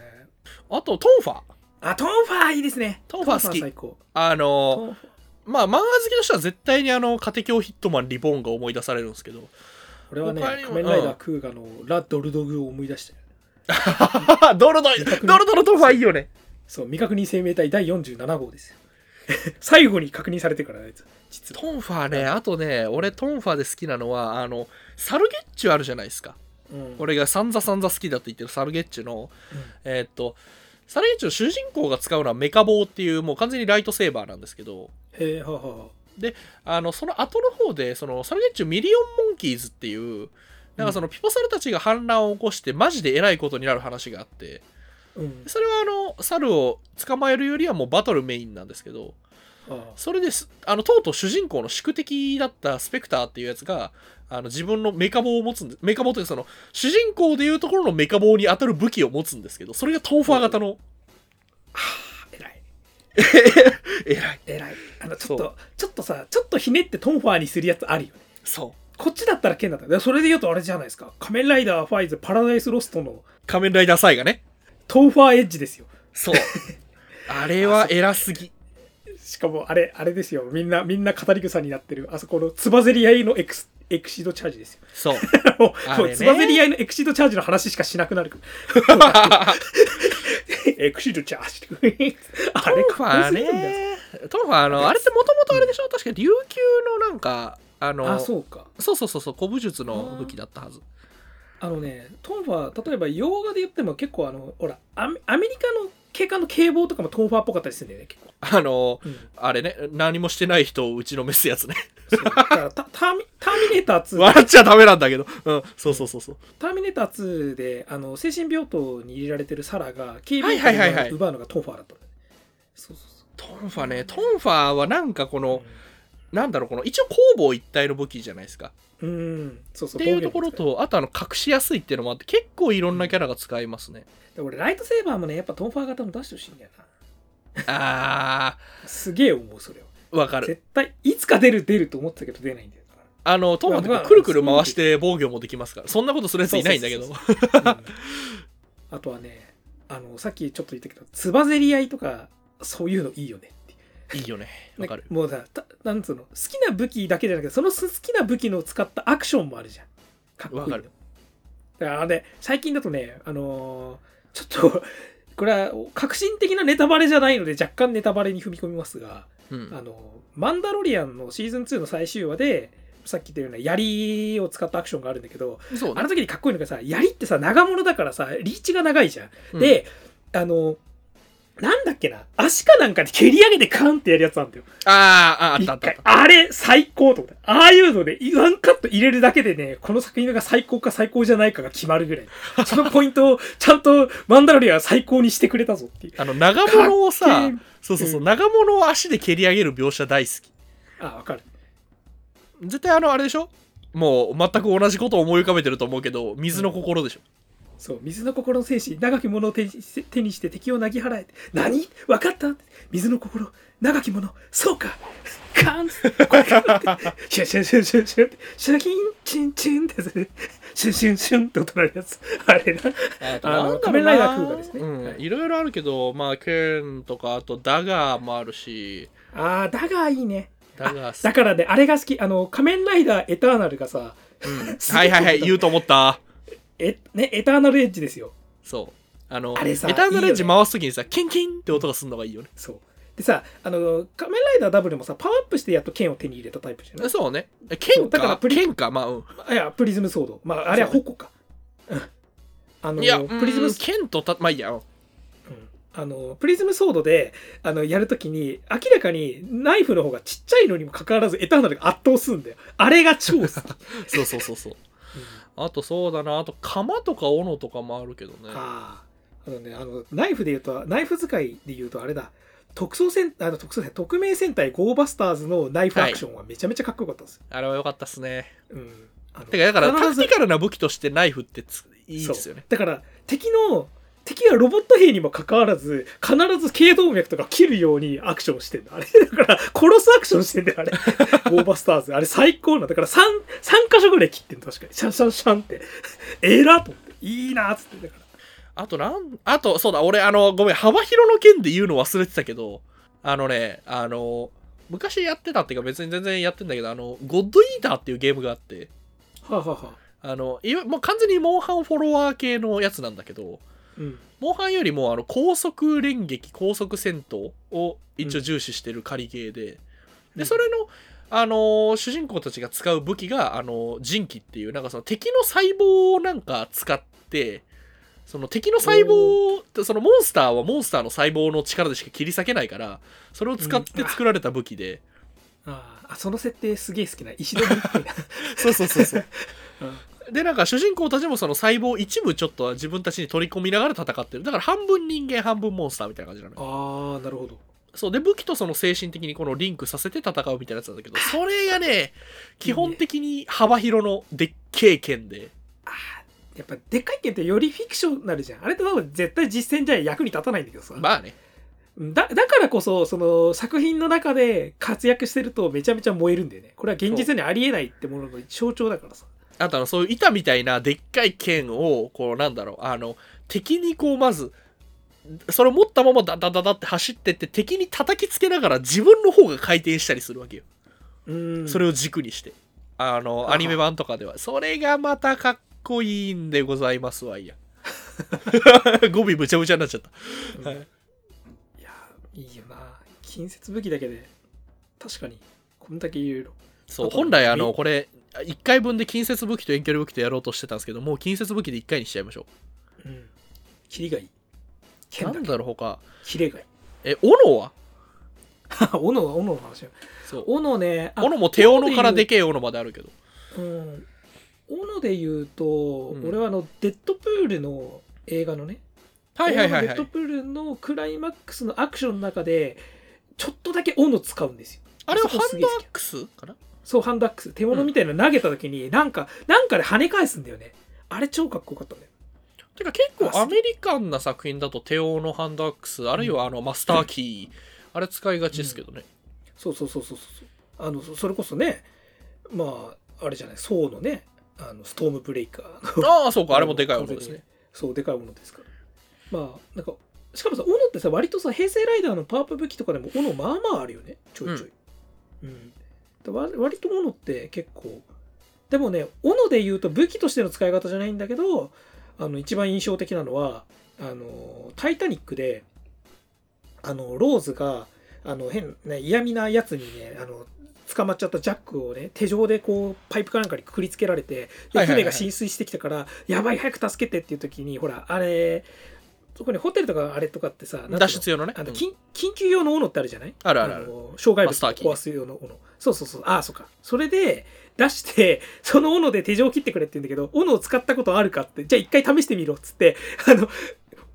Speaker 1: あとトンファ
Speaker 2: あ、トンファーいいですね。
Speaker 1: トンファー好き
Speaker 2: 最高。
Speaker 1: あの
Speaker 2: トンファー
Speaker 1: まあ漫画好きの人は絶対にあの「家庭教ヒットマンリボーン」が思い出されるんですけど
Speaker 2: 俺はね、
Speaker 1: 他にも
Speaker 2: 仮面ライ
Speaker 1: う
Speaker 2: ダー
Speaker 1: ん
Speaker 2: クーガのラ・ドルドグを思い出してる。
Speaker 1: <laughs> ドロドロドロドロトンファいいよね
Speaker 2: そう、未確認生命体第47号ですよ。 <laughs> 最後に確認されてからのやつ。実は。
Speaker 1: トンファねあとね俺トンファで好きなのはあのサルゲッチュあるじゃないですか
Speaker 2: うん
Speaker 1: 俺がサンザサンザ好きだって言ってるサルゲッチュの、
Speaker 2: うん
Speaker 1: えーっとサルゲッチュの主人公が使うのはメカ棒っていうもう完全にライトセーバーなんですけど
Speaker 2: へえ、はあは
Speaker 1: あのその後の方でそのサルゲッチュミリオンモンキーズっていうなんかそのピポサルたちが反乱を起こしてマジでえらいことになる話があって
Speaker 2: あ。うん。
Speaker 1: それはあの猿を捕まえるよりはもうバトルメインなんですけど
Speaker 2: あ
Speaker 1: それですあのとうとう主人公の宿敵だったスペクターっていうやつがあの自分のメカ棒を持つんでメカ棒というかその主人公でいうところのメカ棒に当たる武器を持つんですけどそれがトーファー型の
Speaker 2: あ、偉い。
Speaker 1: えらい
Speaker 2: 偉いあのち
Speaker 1: そ
Speaker 2: ょっ
Speaker 1: う
Speaker 2: とちょっとさちょっとひねってトンファーにするやつあるよね
Speaker 1: そう
Speaker 2: こっちだったら剣だったらそれで言うとあれじゃないですか仮面ライダーファイズパラダイスロストの
Speaker 1: 仮面ライダーサイがね
Speaker 2: トンファーエッジですよ
Speaker 1: そう <laughs> あれは偉すぎ
Speaker 2: しかもあれあれですよみんなみんな語り草になってるあそこのつばぜり合いのエクスエクシードチャージですよ。 <laughs>
Speaker 1: <laughs> そう
Speaker 2: も
Speaker 1: あ
Speaker 2: う
Speaker 1: れ
Speaker 2: もう
Speaker 1: ね
Speaker 2: つばぜり合いのエクシードチャージの話しかしなくな
Speaker 1: <laughs>
Speaker 2: る。<laughs> エクシードチャージ。あ
Speaker 1: ト
Speaker 2: れ
Speaker 1: ン
Speaker 2: かっ
Speaker 1: フ
Speaker 2: こ
Speaker 1: ァ
Speaker 2: よ
Speaker 1: ー
Speaker 2: すぎるんだよ。
Speaker 1: ね <laughs> トンファーあのあれってもともとあれでしょ確か琉球のなんかあの
Speaker 2: あ、そうか。
Speaker 1: そうそうそうそう古武術の武器だったはず
Speaker 2: あのね、トンファー、例えば洋画で言っても結構あの、ほら、アメアメリカの警官の警棒とかもトンファーっぽかったりするんだよね、結構。
Speaker 1: あの
Speaker 2: うん
Speaker 1: あれね何もしてない人を打ちのめすやつね <laughs>
Speaker 2: そうだからタ <laughs> ターミターミネーター2、
Speaker 1: 笑っちゃダメなんだけど、うん、そうそうそうそう
Speaker 2: ターミネーター2で、あの、精神病棟に入れられてるサラが、警
Speaker 1: は
Speaker 2: 備
Speaker 1: いはいはい
Speaker 2: 員
Speaker 1: は
Speaker 2: を
Speaker 1: い
Speaker 2: 奪うのがトンファーだったのね。そうそうそう。
Speaker 1: トンファねトンファはなんかこの、なんだろうこの一応攻防一体の武器じゃないですか
Speaker 2: うん、そうそ
Speaker 1: っ
Speaker 2: う。
Speaker 1: ていうところ
Speaker 2: 防御
Speaker 1: とあとあの隠しやすいっていうのもあって結構いろんなキャラが使えますね、
Speaker 2: 率。で俺、ライトセーバーもね、やっぱトンファー型の出してほしいんだよ
Speaker 1: あ
Speaker 2: な。すげえ思う、それは。
Speaker 1: ーわかる
Speaker 2: 絶対、いつか出る出ると思ってたけど出ないんだよ
Speaker 1: あのトンファってこうくるくる回して防御もできますからそんなことするやついないんだけど
Speaker 2: そうそうそうそううんあとはねあのさっきちょっと言ったけどつばぜり合いとかそういうのいいよねっていう
Speaker 1: いいよねわかる
Speaker 2: もうさたなんつうの好きな武器だけじゃなくてその好きな武器のを使ったアクションもあるじゃんかっこいいの
Speaker 1: わかる
Speaker 2: だからあれ最近だとねあのーちょっと <laughs> これは革新的なネタバレじゃないので若干ネタバレに踏み込みますが
Speaker 1: うん
Speaker 2: あの、マンダロリアンのシーズン2の最終話で、さっき言ったような槍を使ったアクションがあるんだけど、
Speaker 1: そう
Speaker 2: あ
Speaker 1: ね
Speaker 2: の時にかっこいいのがさ、槍ってさ、長物だからさ、リーチが長いじゃん。
Speaker 1: うん
Speaker 2: で、あの、なんだっけな足かなんかで蹴り上げてカンってやるやつなんだよ。
Speaker 1: あーあー、あ
Speaker 2: 一
Speaker 1: ったあったあ
Speaker 2: 回
Speaker 1: った。
Speaker 2: あれ最高と思って。ああいうので、ワンカット入れるだけでね、この作品が最高か最高じゃないかが決まるぐらい。そのポイントをちゃんとマンダロリアは最高にしてくれたぞっていう。
Speaker 1: あの、長物を
Speaker 2: かっ
Speaker 1: さ
Speaker 2: けー、
Speaker 1: そうそうそう、
Speaker 2: う
Speaker 1: 長物を足で蹴り上げる描写大好き。
Speaker 2: あ、わかる。
Speaker 1: 絶対あの、あれでしょもう、全く同じことを思い浮かべてると思うけど、水の心でしょ。
Speaker 2: そう、水の心の戦士、長き者を手にして手にして敵をなぎ払え。何わかった水の心、長き者、そうかカーンってこれかって、シュンシュンシュンシュンシュンって、シャキーン、チンチンってやつね、シュンシュンシュンって音鳴るやつ。あれな。あの、仮面ライダー空がですね。
Speaker 1: うん
Speaker 2: は、い
Speaker 1: いろいろあるけど、まあ、剣とか、あと、ダガーもあるし、
Speaker 2: ああ、だがいいね。
Speaker 1: ダガー
Speaker 2: だからね、あれが好き、あの、仮面ライダーエターナルがさ、
Speaker 1: す、はいはいはい、言うと思った。
Speaker 2: え、ね、エターナルエッジですよ。
Speaker 1: そう。あの、
Speaker 2: あれさ
Speaker 1: エターナルレンジ
Speaker 2: いいよね
Speaker 1: 回すときにさ、キンキンって音がするのがいいよね。
Speaker 2: そう。でさ、あの、仮面ライダーダブルもさ、パワーアップしてやっと剣を手に入れたタイプじゃない
Speaker 1: そうね。
Speaker 2: そ
Speaker 1: 剣
Speaker 2: うだから
Speaker 1: か、
Speaker 2: プリ
Speaker 1: 剣か、まあ、うん。
Speaker 2: あいや、プリズムソード。まあ、あれは矛か。うんあの、
Speaker 1: いや、
Speaker 2: プリズム
Speaker 1: うん、剣とた、まあいいや。うん
Speaker 2: うんあの、プリズムソードで、あの、やるときに、明らかにナイフの方がちっちゃいのにもかかわらず、エターナルが圧倒すんだよ。あれが超好き。
Speaker 1: そうそうそうそう。あとそうだな、あと鎌とか斧とかもあるけどね。
Speaker 2: あああのねあのナイフで言うとナイフ使いで言うとあれだ特捜戦あの特捜戦匿名戦隊ゴーバスターズのナイフアクションはめちゃめちゃかっこよかったですよ、
Speaker 1: あれは良かったっすね。
Speaker 2: うんあの
Speaker 1: てか、だから、タ
Speaker 2: 必
Speaker 1: ク
Speaker 2: ず
Speaker 1: ティカルな武器としてナイフってついいですよね。
Speaker 2: そうだから敵の敵はロボット兵にもかかわらず必ず頸動脈とか切るようにアクションしてんだあれ <laughs> だから殺すアクションしてんだ
Speaker 1: <laughs>
Speaker 2: よあれゴーバスターズあれ最高なんだから 3, 3箇所ぐらい切ってんの確かにシャンシャンシャンってええなと思っていいなっつってだから
Speaker 1: あとなん、あと、そうだ、俺、あの、ごめん、幅広の件で言うの忘れてたけど、あのね、あの、昔やってたっていうか、別に全然やってんだけど、あの、ゴッドイーターっていうゲームがあって、
Speaker 2: はあ、はあはあ、
Speaker 1: あの、いわもう完全にモンハンフォロワー系のやつなんだけど、
Speaker 2: うん
Speaker 1: モンハンよりもあの高速連撃高速戦闘を一応重視してる仮ゲーで、
Speaker 2: うん
Speaker 1: でそれの、あのー主人公たちが使う武器が、あのー人機っていうなんかその敵の細胞をなんか使ってその敵の細胞をそのモンスターはモンスターの細胞の力でしか切り裂けないからそれを使って作られた武器で、
Speaker 2: あーあその設定すげえ好きな石戸みたいな
Speaker 1: <laughs> <laughs> そうそうそうそう
Speaker 2: うん
Speaker 1: でなんか主人公たちもその細胞一部ちょっとは自分たちに取り込みながら戦ってるだから半分人間半分モンスターみたいな感じなのよ
Speaker 2: <laughs> ああなるほど
Speaker 1: そうで武器とその精神的にこのリンクさせて戦うみたいなやつなんだけどそれがね基本的に幅広のでっけえ剣で
Speaker 2: あーやっぱでっかい剣ってよりフィクショナルじゃんあれって多分絶対実践じゃ役に立たないんだけどさ、
Speaker 1: まあね
Speaker 2: だだからこそその作品の中で活躍してるとめちゃめちゃ燃えるんだよねこれは現実にありえないってものの象徴だからさ
Speaker 1: あとあのそういう板みたいなでっかい剣をこうなんだろうあの敵にこうまずそれを持ったままダダダダって走ってって敵に叩きつけながら自分の方が回転したりするわけよ、
Speaker 2: うん
Speaker 1: それを軸にしてあのアニメ版とかではそれがまたかっこいいんでございますわいや語尾むちゃむちゃになっちゃった
Speaker 2: うん
Speaker 1: はい
Speaker 2: いやいいよな近接武器だけで確かにこんだけいろいろ
Speaker 1: そう
Speaker 2: あとは
Speaker 1: 本来あの
Speaker 2: み
Speaker 1: これ1回分で近接武器と遠距離武器とやろうとしてたんですけどもう近接武器で1回にしちゃいましょ
Speaker 2: うんキリがいい
Speaker 1: うな
Speaker 2: 剣だ
Speaker 1: んだろう他
Speaker 2: キレ
Speaker 1: <laughs>
Speaker 2: がいい
Speaker 1: え斧は
Speaker 2: 斧は斧の話よ
Speaker 1: そう
Speaker 2: 斧ねあ
Speaker 1: 斧も手斧からでけえ斧まであるけど
Speaker 2: うん、斧で言うと、
Speaker 1: ん
Speaker 2: 俺はあのデッドプールの映画のね、
Speaker 1: はいはいはい
Speaker 2: 映画の
Speaker 1: は
Speaker 2: デッド
Speaker 1: い
Speaker 2: プールのクライマックスのアクションの中でちょっとだけ斧使うんですよ
Speaker 1: あれは
Speaker 2: あそ
Speaker 1: ハ
Speaker 2: こす
Speaker 1: ン
Speaker 2: げ
Speaker 1: ド
Speaker 2: え好き
Speaker 1: アックスかな
Speaker 2: そうハンドアックス手物みたいなの投げた時に、なんかなんかで跳ね返すんだよねあれ超かっこよかったね
Speaker 1: てか結
Speaker 2: あ
Speaker 1: 構
Speaker 2: そう
Speaker 1: アメリカンな作品だと手斧ハンドアックスあるいはあのマスターキーあれ使いがちですけどね
Speaker 2: そうそうそうそうそうあのそそれこそねまああれじゃないソーのねあのストームブレイカーの
Speaker 1: ああそうかあれもでかい斧ですね
Speaker 2: そうでかいものですからまあなんかしかもさ斧ってさ割とさ平成ライダーのパワーアップ武器とかでも斧まあまああるよねちょいちょい、うんだわ割と斧って結構でもね斧で言うと武器としての使い方じゃないんだけどあの一番印象的なのはあの「タイタニックで」あのローズがあの変ね嫌味なやつにねあの捕まっちゃったジャックをね手錠でこうパイプかなんかにくくりつけられて
Speaker 1: はい
Speaker 2: で
Speaker 1: はいはい
Speaker 2: 船が浸水してきたから「やばい早く助けて」っていう時にほらあれ特にホテルとかあれとかってさなんていうの
Speaker 1: 脱出用のね
Speaker 2: あの
Speaker 1: うん
Speaker 2: 緊緊急用の斧ってあるじゃない
Speaker 1: あるあるある
Speaker 2: の障害
Speaker 1: マスターキー
Speaker 2: 物を壊す用の斧そうそうそうああそうかそれで出して <laughs> その斧で手錠を切ってくれって言うんだけど斧を使ったことあるかってじゃあ一回試してみろっつって <laughs> あの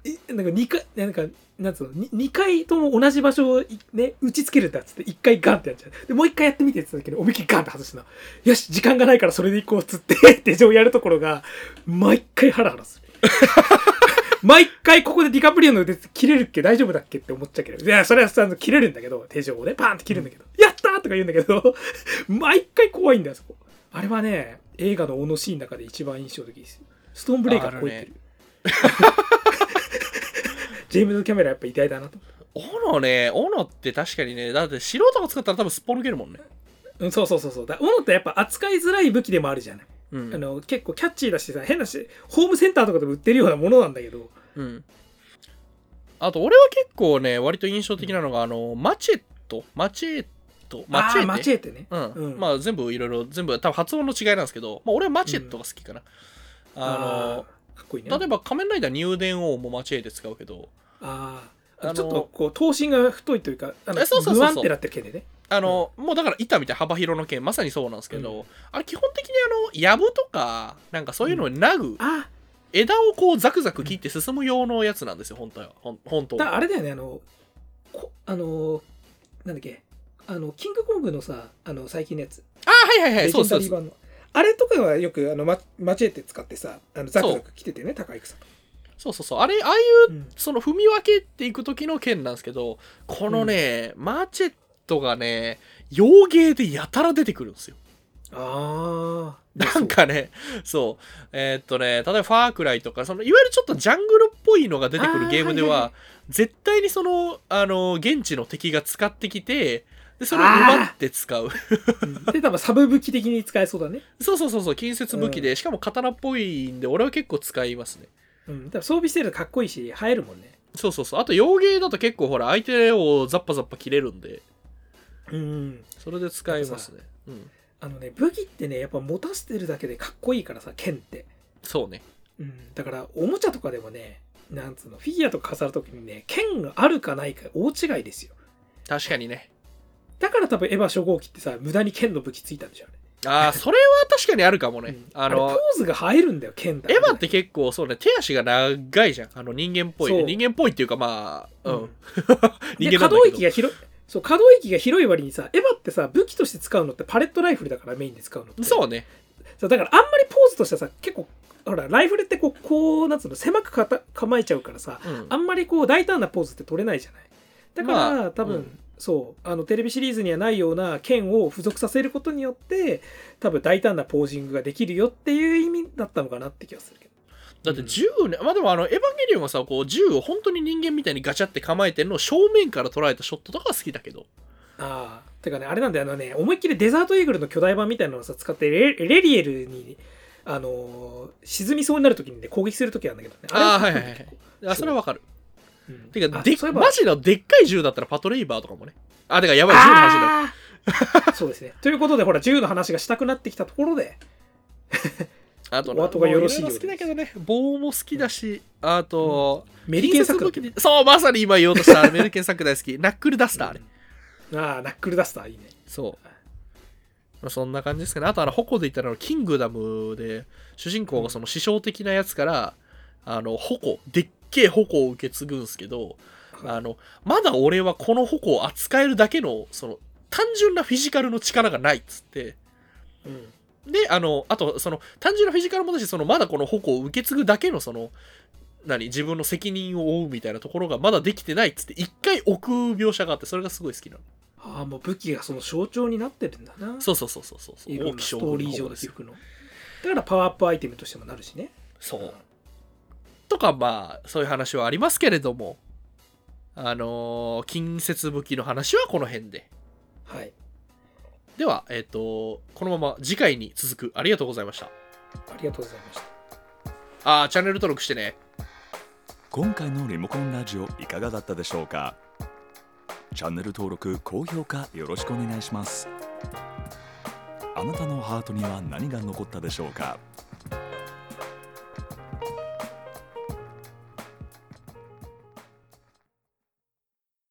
Speaker 2: いなんか2回なんかなんつうのに二回とも同じ場所をいね打ちつけるんだっつって1回ガンってやっちゃうでもう1回やってみてっつったんだけど思いっきりガンって外したのよし時間がないからそれでいこうっつって手錠やるところが毎回ハラハラ <laughs> する毎回ここでディカプリオの腕切れるっけ大丈夫だっけって思っちゃうけどいやそれはさ切れるんだけど手錠をねパーンって切るんだけど、やったーとか言うんだけど <laughs> 毎回怖いんだよそこあれはね映画のオのシーンの中で一番印象的ですストーンブレイカー超えてる <laughs> ジェームズ・キャメラやっぱ偉大だなと
Speaker 1: 斧ね斧って確かにねだって素人が使ったら多分すっぽ抜けるもんね
Speaker 2: うん、そうそうそうそうだ斧ってやっぱ扱いづらい武器でもあるじゃない、
Speaker 1: う
Speaker 2: あ
Speaker 1: ん、
Speaker 2: の結構キャッチーだしさ変だしホームセンターとかでも売ってるようなものなんだけど
Speaker 1: うん、あと俺は結構ね割と印象的なのが、あのマチェットマチェットマチェ
Speaker 2: あ
Speaker 1: ッ
Speaker 2: ーマ
Speaker 1: ト
Speaker 2: チェーテね
Speaker 1: うん
Speaker 2: うん
Speaker 1: まあ全部いろいろ全部多分発音の違いなんですけど、まあ、俺はマチェットが好きかな、あ
Speaker 2: ーかっこいいね
Speaker 1: の例えば仮面ライダー入電王もマチェで使うけど
Speaker 2: あー
Speaker 1: あ
Speaker 2: あ
Speaker 1: の
Speaker 2: のちょっとこう頭身が太いというかあの
Speaker 1: えそうそうそうそう
Speaker 2: グワンってなってる系でね
Speaker 1: あの、もうだから板みたいな幅広の剣まさにそうなんですけど、
Speaker 2: う
Speaker 1: あれ基本的にあのやぶとかなんかそういうのになぐ、
Speaker 2: あ
Speaker 1: 枝をこうザクザク切って進む用のやつなんですよ本当はほん本当
Speaker 2: あ
Speaker 1: は
Speaker 2: だあれだよねあのこあのなんだっけあのキングコングのさあの最近のやつ
Speaker 1: あはいはいはい
Speaker 2: レジ
Speaker 1: そう
Speaker 2: ェン
Speaker 1: そ
Speaker 2: ダ
Speaker 1: う
Speaker 2: リ
Speaker 1: そ
Speaker 2: ー
Speaker 1: う
Speaker 2: 版のあれとかはよくあのママチェーテ使ってさあのザクザク来ててね高い草とか、
Speaker 1: そうそうそうあれああいう
Speaker 2: うん
Speaker 1: その踏み分けていく時の剣なんですけどこのね、マチェットがね洋芸でやたら出てくるんですよ
Speaker 2: <laughs> ああ
Speaker 1: なんかね、そう。えーっとね、例えばファークライとか、そのいわゆるちょっとジャングルっぽいのが出てくるゲームでは、
Speaker 2: あーはいはいは
Speaker 1: 絶対にその、あの、現地の敵が使ってきて、で、それを奪って使う。 <laughs>
Speaker 2: で多分サブ武器的に使えそうだね、
Speaker 1: そうそうそうそう、近接武器で、しかも刀っぽいんで、俺は結構使いますね。
Speaker 2: うん、多分装備してるとかっこいいし映えるもんね
Speaker 1: そうそうそう。あと、洋芸だと結構ほら、相手をザッパザッパ切れるんで、
Speaker 2: うん
Speaker 1: それで使いますね。うん。
Speaker 2: あのね武器ってねやっぱ持たせてるだけでかっこいいからさ剣って、
Speaker 1: そうね。
Speaker 2: うん、だからおもちゃとかでもねなんつうのフィギュアとか飾るときにね剣があるかないか大違いですよ
Speaker 1: 確かにね。
Speaker 2: だから多分エヴァ初号機ってさ無駄に剣の武器ついたんでしょう
Speaker 1: ああ、それは確かにあるかも
Speaker 2: ね、
Speaker 1: ね。
Speaker 2: うん
Speaker 1: あ
Speaker 2: れ
Speaker 1: の
Speaker 2: ポ、ーズが映えるんだよ剣だ
Speaker 1: エヴァって結構そうね手足が長いじゃんあの人間っぽい
Speaker 2: そう
Speaker 1: 人間っぽいっていうかまあうん、人
Speaker 2: で
Speaker 1: 間な
Speaker 2: 可
Speaker 1: んだ
Speaker 2: 動
Speaker 1: け
Speaker 2: 域
Speaker 1: ど
Speaker 2: が広いそう可動域が広い割にさエヴァってさ武器として使うのってパレットライフルだからメインで使うのって
Speaker 1: そうね
Speaker 2: そうだからあんまりポーズとしてはさ結構ほらライフルってこうこうなんつうの狭くかた構えちゃうからさ
Speaker 1: うん
Speaker 2: あんまりこう大胆なポーズって取れないじゃないだから、
Speaker 1: まあ
Speaker 2: 多分、
Speaker 1: うん
Speaker 2: そうあのテレビシリーズにはないような剣を付属させることによって多分大胆なポージングができるよっていう意味だったのかなって気がするけど
Speaker 1: だって銃ねまあでもあのエヴァンゲリオンはさこう銃を本当に人間みたいにガチャって構えてるのを正面から捉えたショットとかは好きだけど
Speaker 2: ああてかねあれなんだよあのね思いっきりデザートイーグルの巨大版みたいなのをさ使ってレレリエルにあのー沈みそうになるときにね攻撃するときなんだけどね
Speaker 1: ああー
Speaker 2: れ
Speaker 1: はいはいはいあそれはわかる
Speaker 2: うん
Speaker 1: てか
Speaker 2: あ
Speaker 1: で
Speaker 2: そういえば
Speaker 1: マジのでっかい銃だったらパトレイバーとかもねあてかやばい銃の話だ
Speaker 2: あーそうですねということでほら銃の話がしたくなってきたところで
Speaker 1: あと
Speaker 2: お後がよろしい
Speaker 1: も
Speaker 2: よ
Speaker 1: う
Speaker 2: う
Speaker 1: ろろ好
Speaker 2: です
Speaker 1: きだけどね棒も好きだしあと、
Speaker 2: メリケンサクラ
Speaker 1: 近接武器にそうまさに今言おうとしたメルケンサク大好きナックルダスターあれ、
Speaker 2: ああナックルダスターいいね
Speaker 1: そう。まあそんな感じですかね。あと、あの、矛で言ったら、あのキングダムで、主人公がその師匠的なやつから、あの、矛、でっけえ矛を受け継ぐんすけど、あの、まだ俺はこの矛を扱えるだけの、その、単純なフィジカルの力がないっつって、
Speaker 2: うん
Speaker 1: で、あの、あと、その、単純なフィジカルもだし、その、まだこの矛を受け継ぐだけの、その、何自分の責任を負うみたいなところがまだできてないっつって一回置く描写があってそれがすごい好きなの
Speaker 2: ああもう武器がその象徴になってるんだな
Speaker 1: そうそうそうそうそうそう
Speaker 2: いろん
Speaker 1: 王
Speaker 2: な
Speaker 1: 毅
Speaker 2: ス
Speaker 1: 将
Speaker 2: ト
Speaker 1: 軍
Speaker 2: ーリー
Speaker 1: の
Speaker 2: 上
Speaker 1: 方
Speaker 2: の
Speaker 1: です
Speaker 2: 起
Speaker 1: よ
Speaker 2: 伏のだからパワーアップアイテムとしてもなるしね
Speaker 1: そうとかまあそういう話はありますけれどもあのー近接武器の話はこの辺で
Speaker 2: はい
Speaker 1: ではえっ、とこのまま次回に続くありがとうございました
Speaker 2: ありがとうございました
Speaker 1: あーチャンネル登録してね
Speaker 3: 今回のリモコンラジオいかがだったでしょうかチャンネル登録高評価よろしくお願いしますあなたのハートには何が残ったでしょうか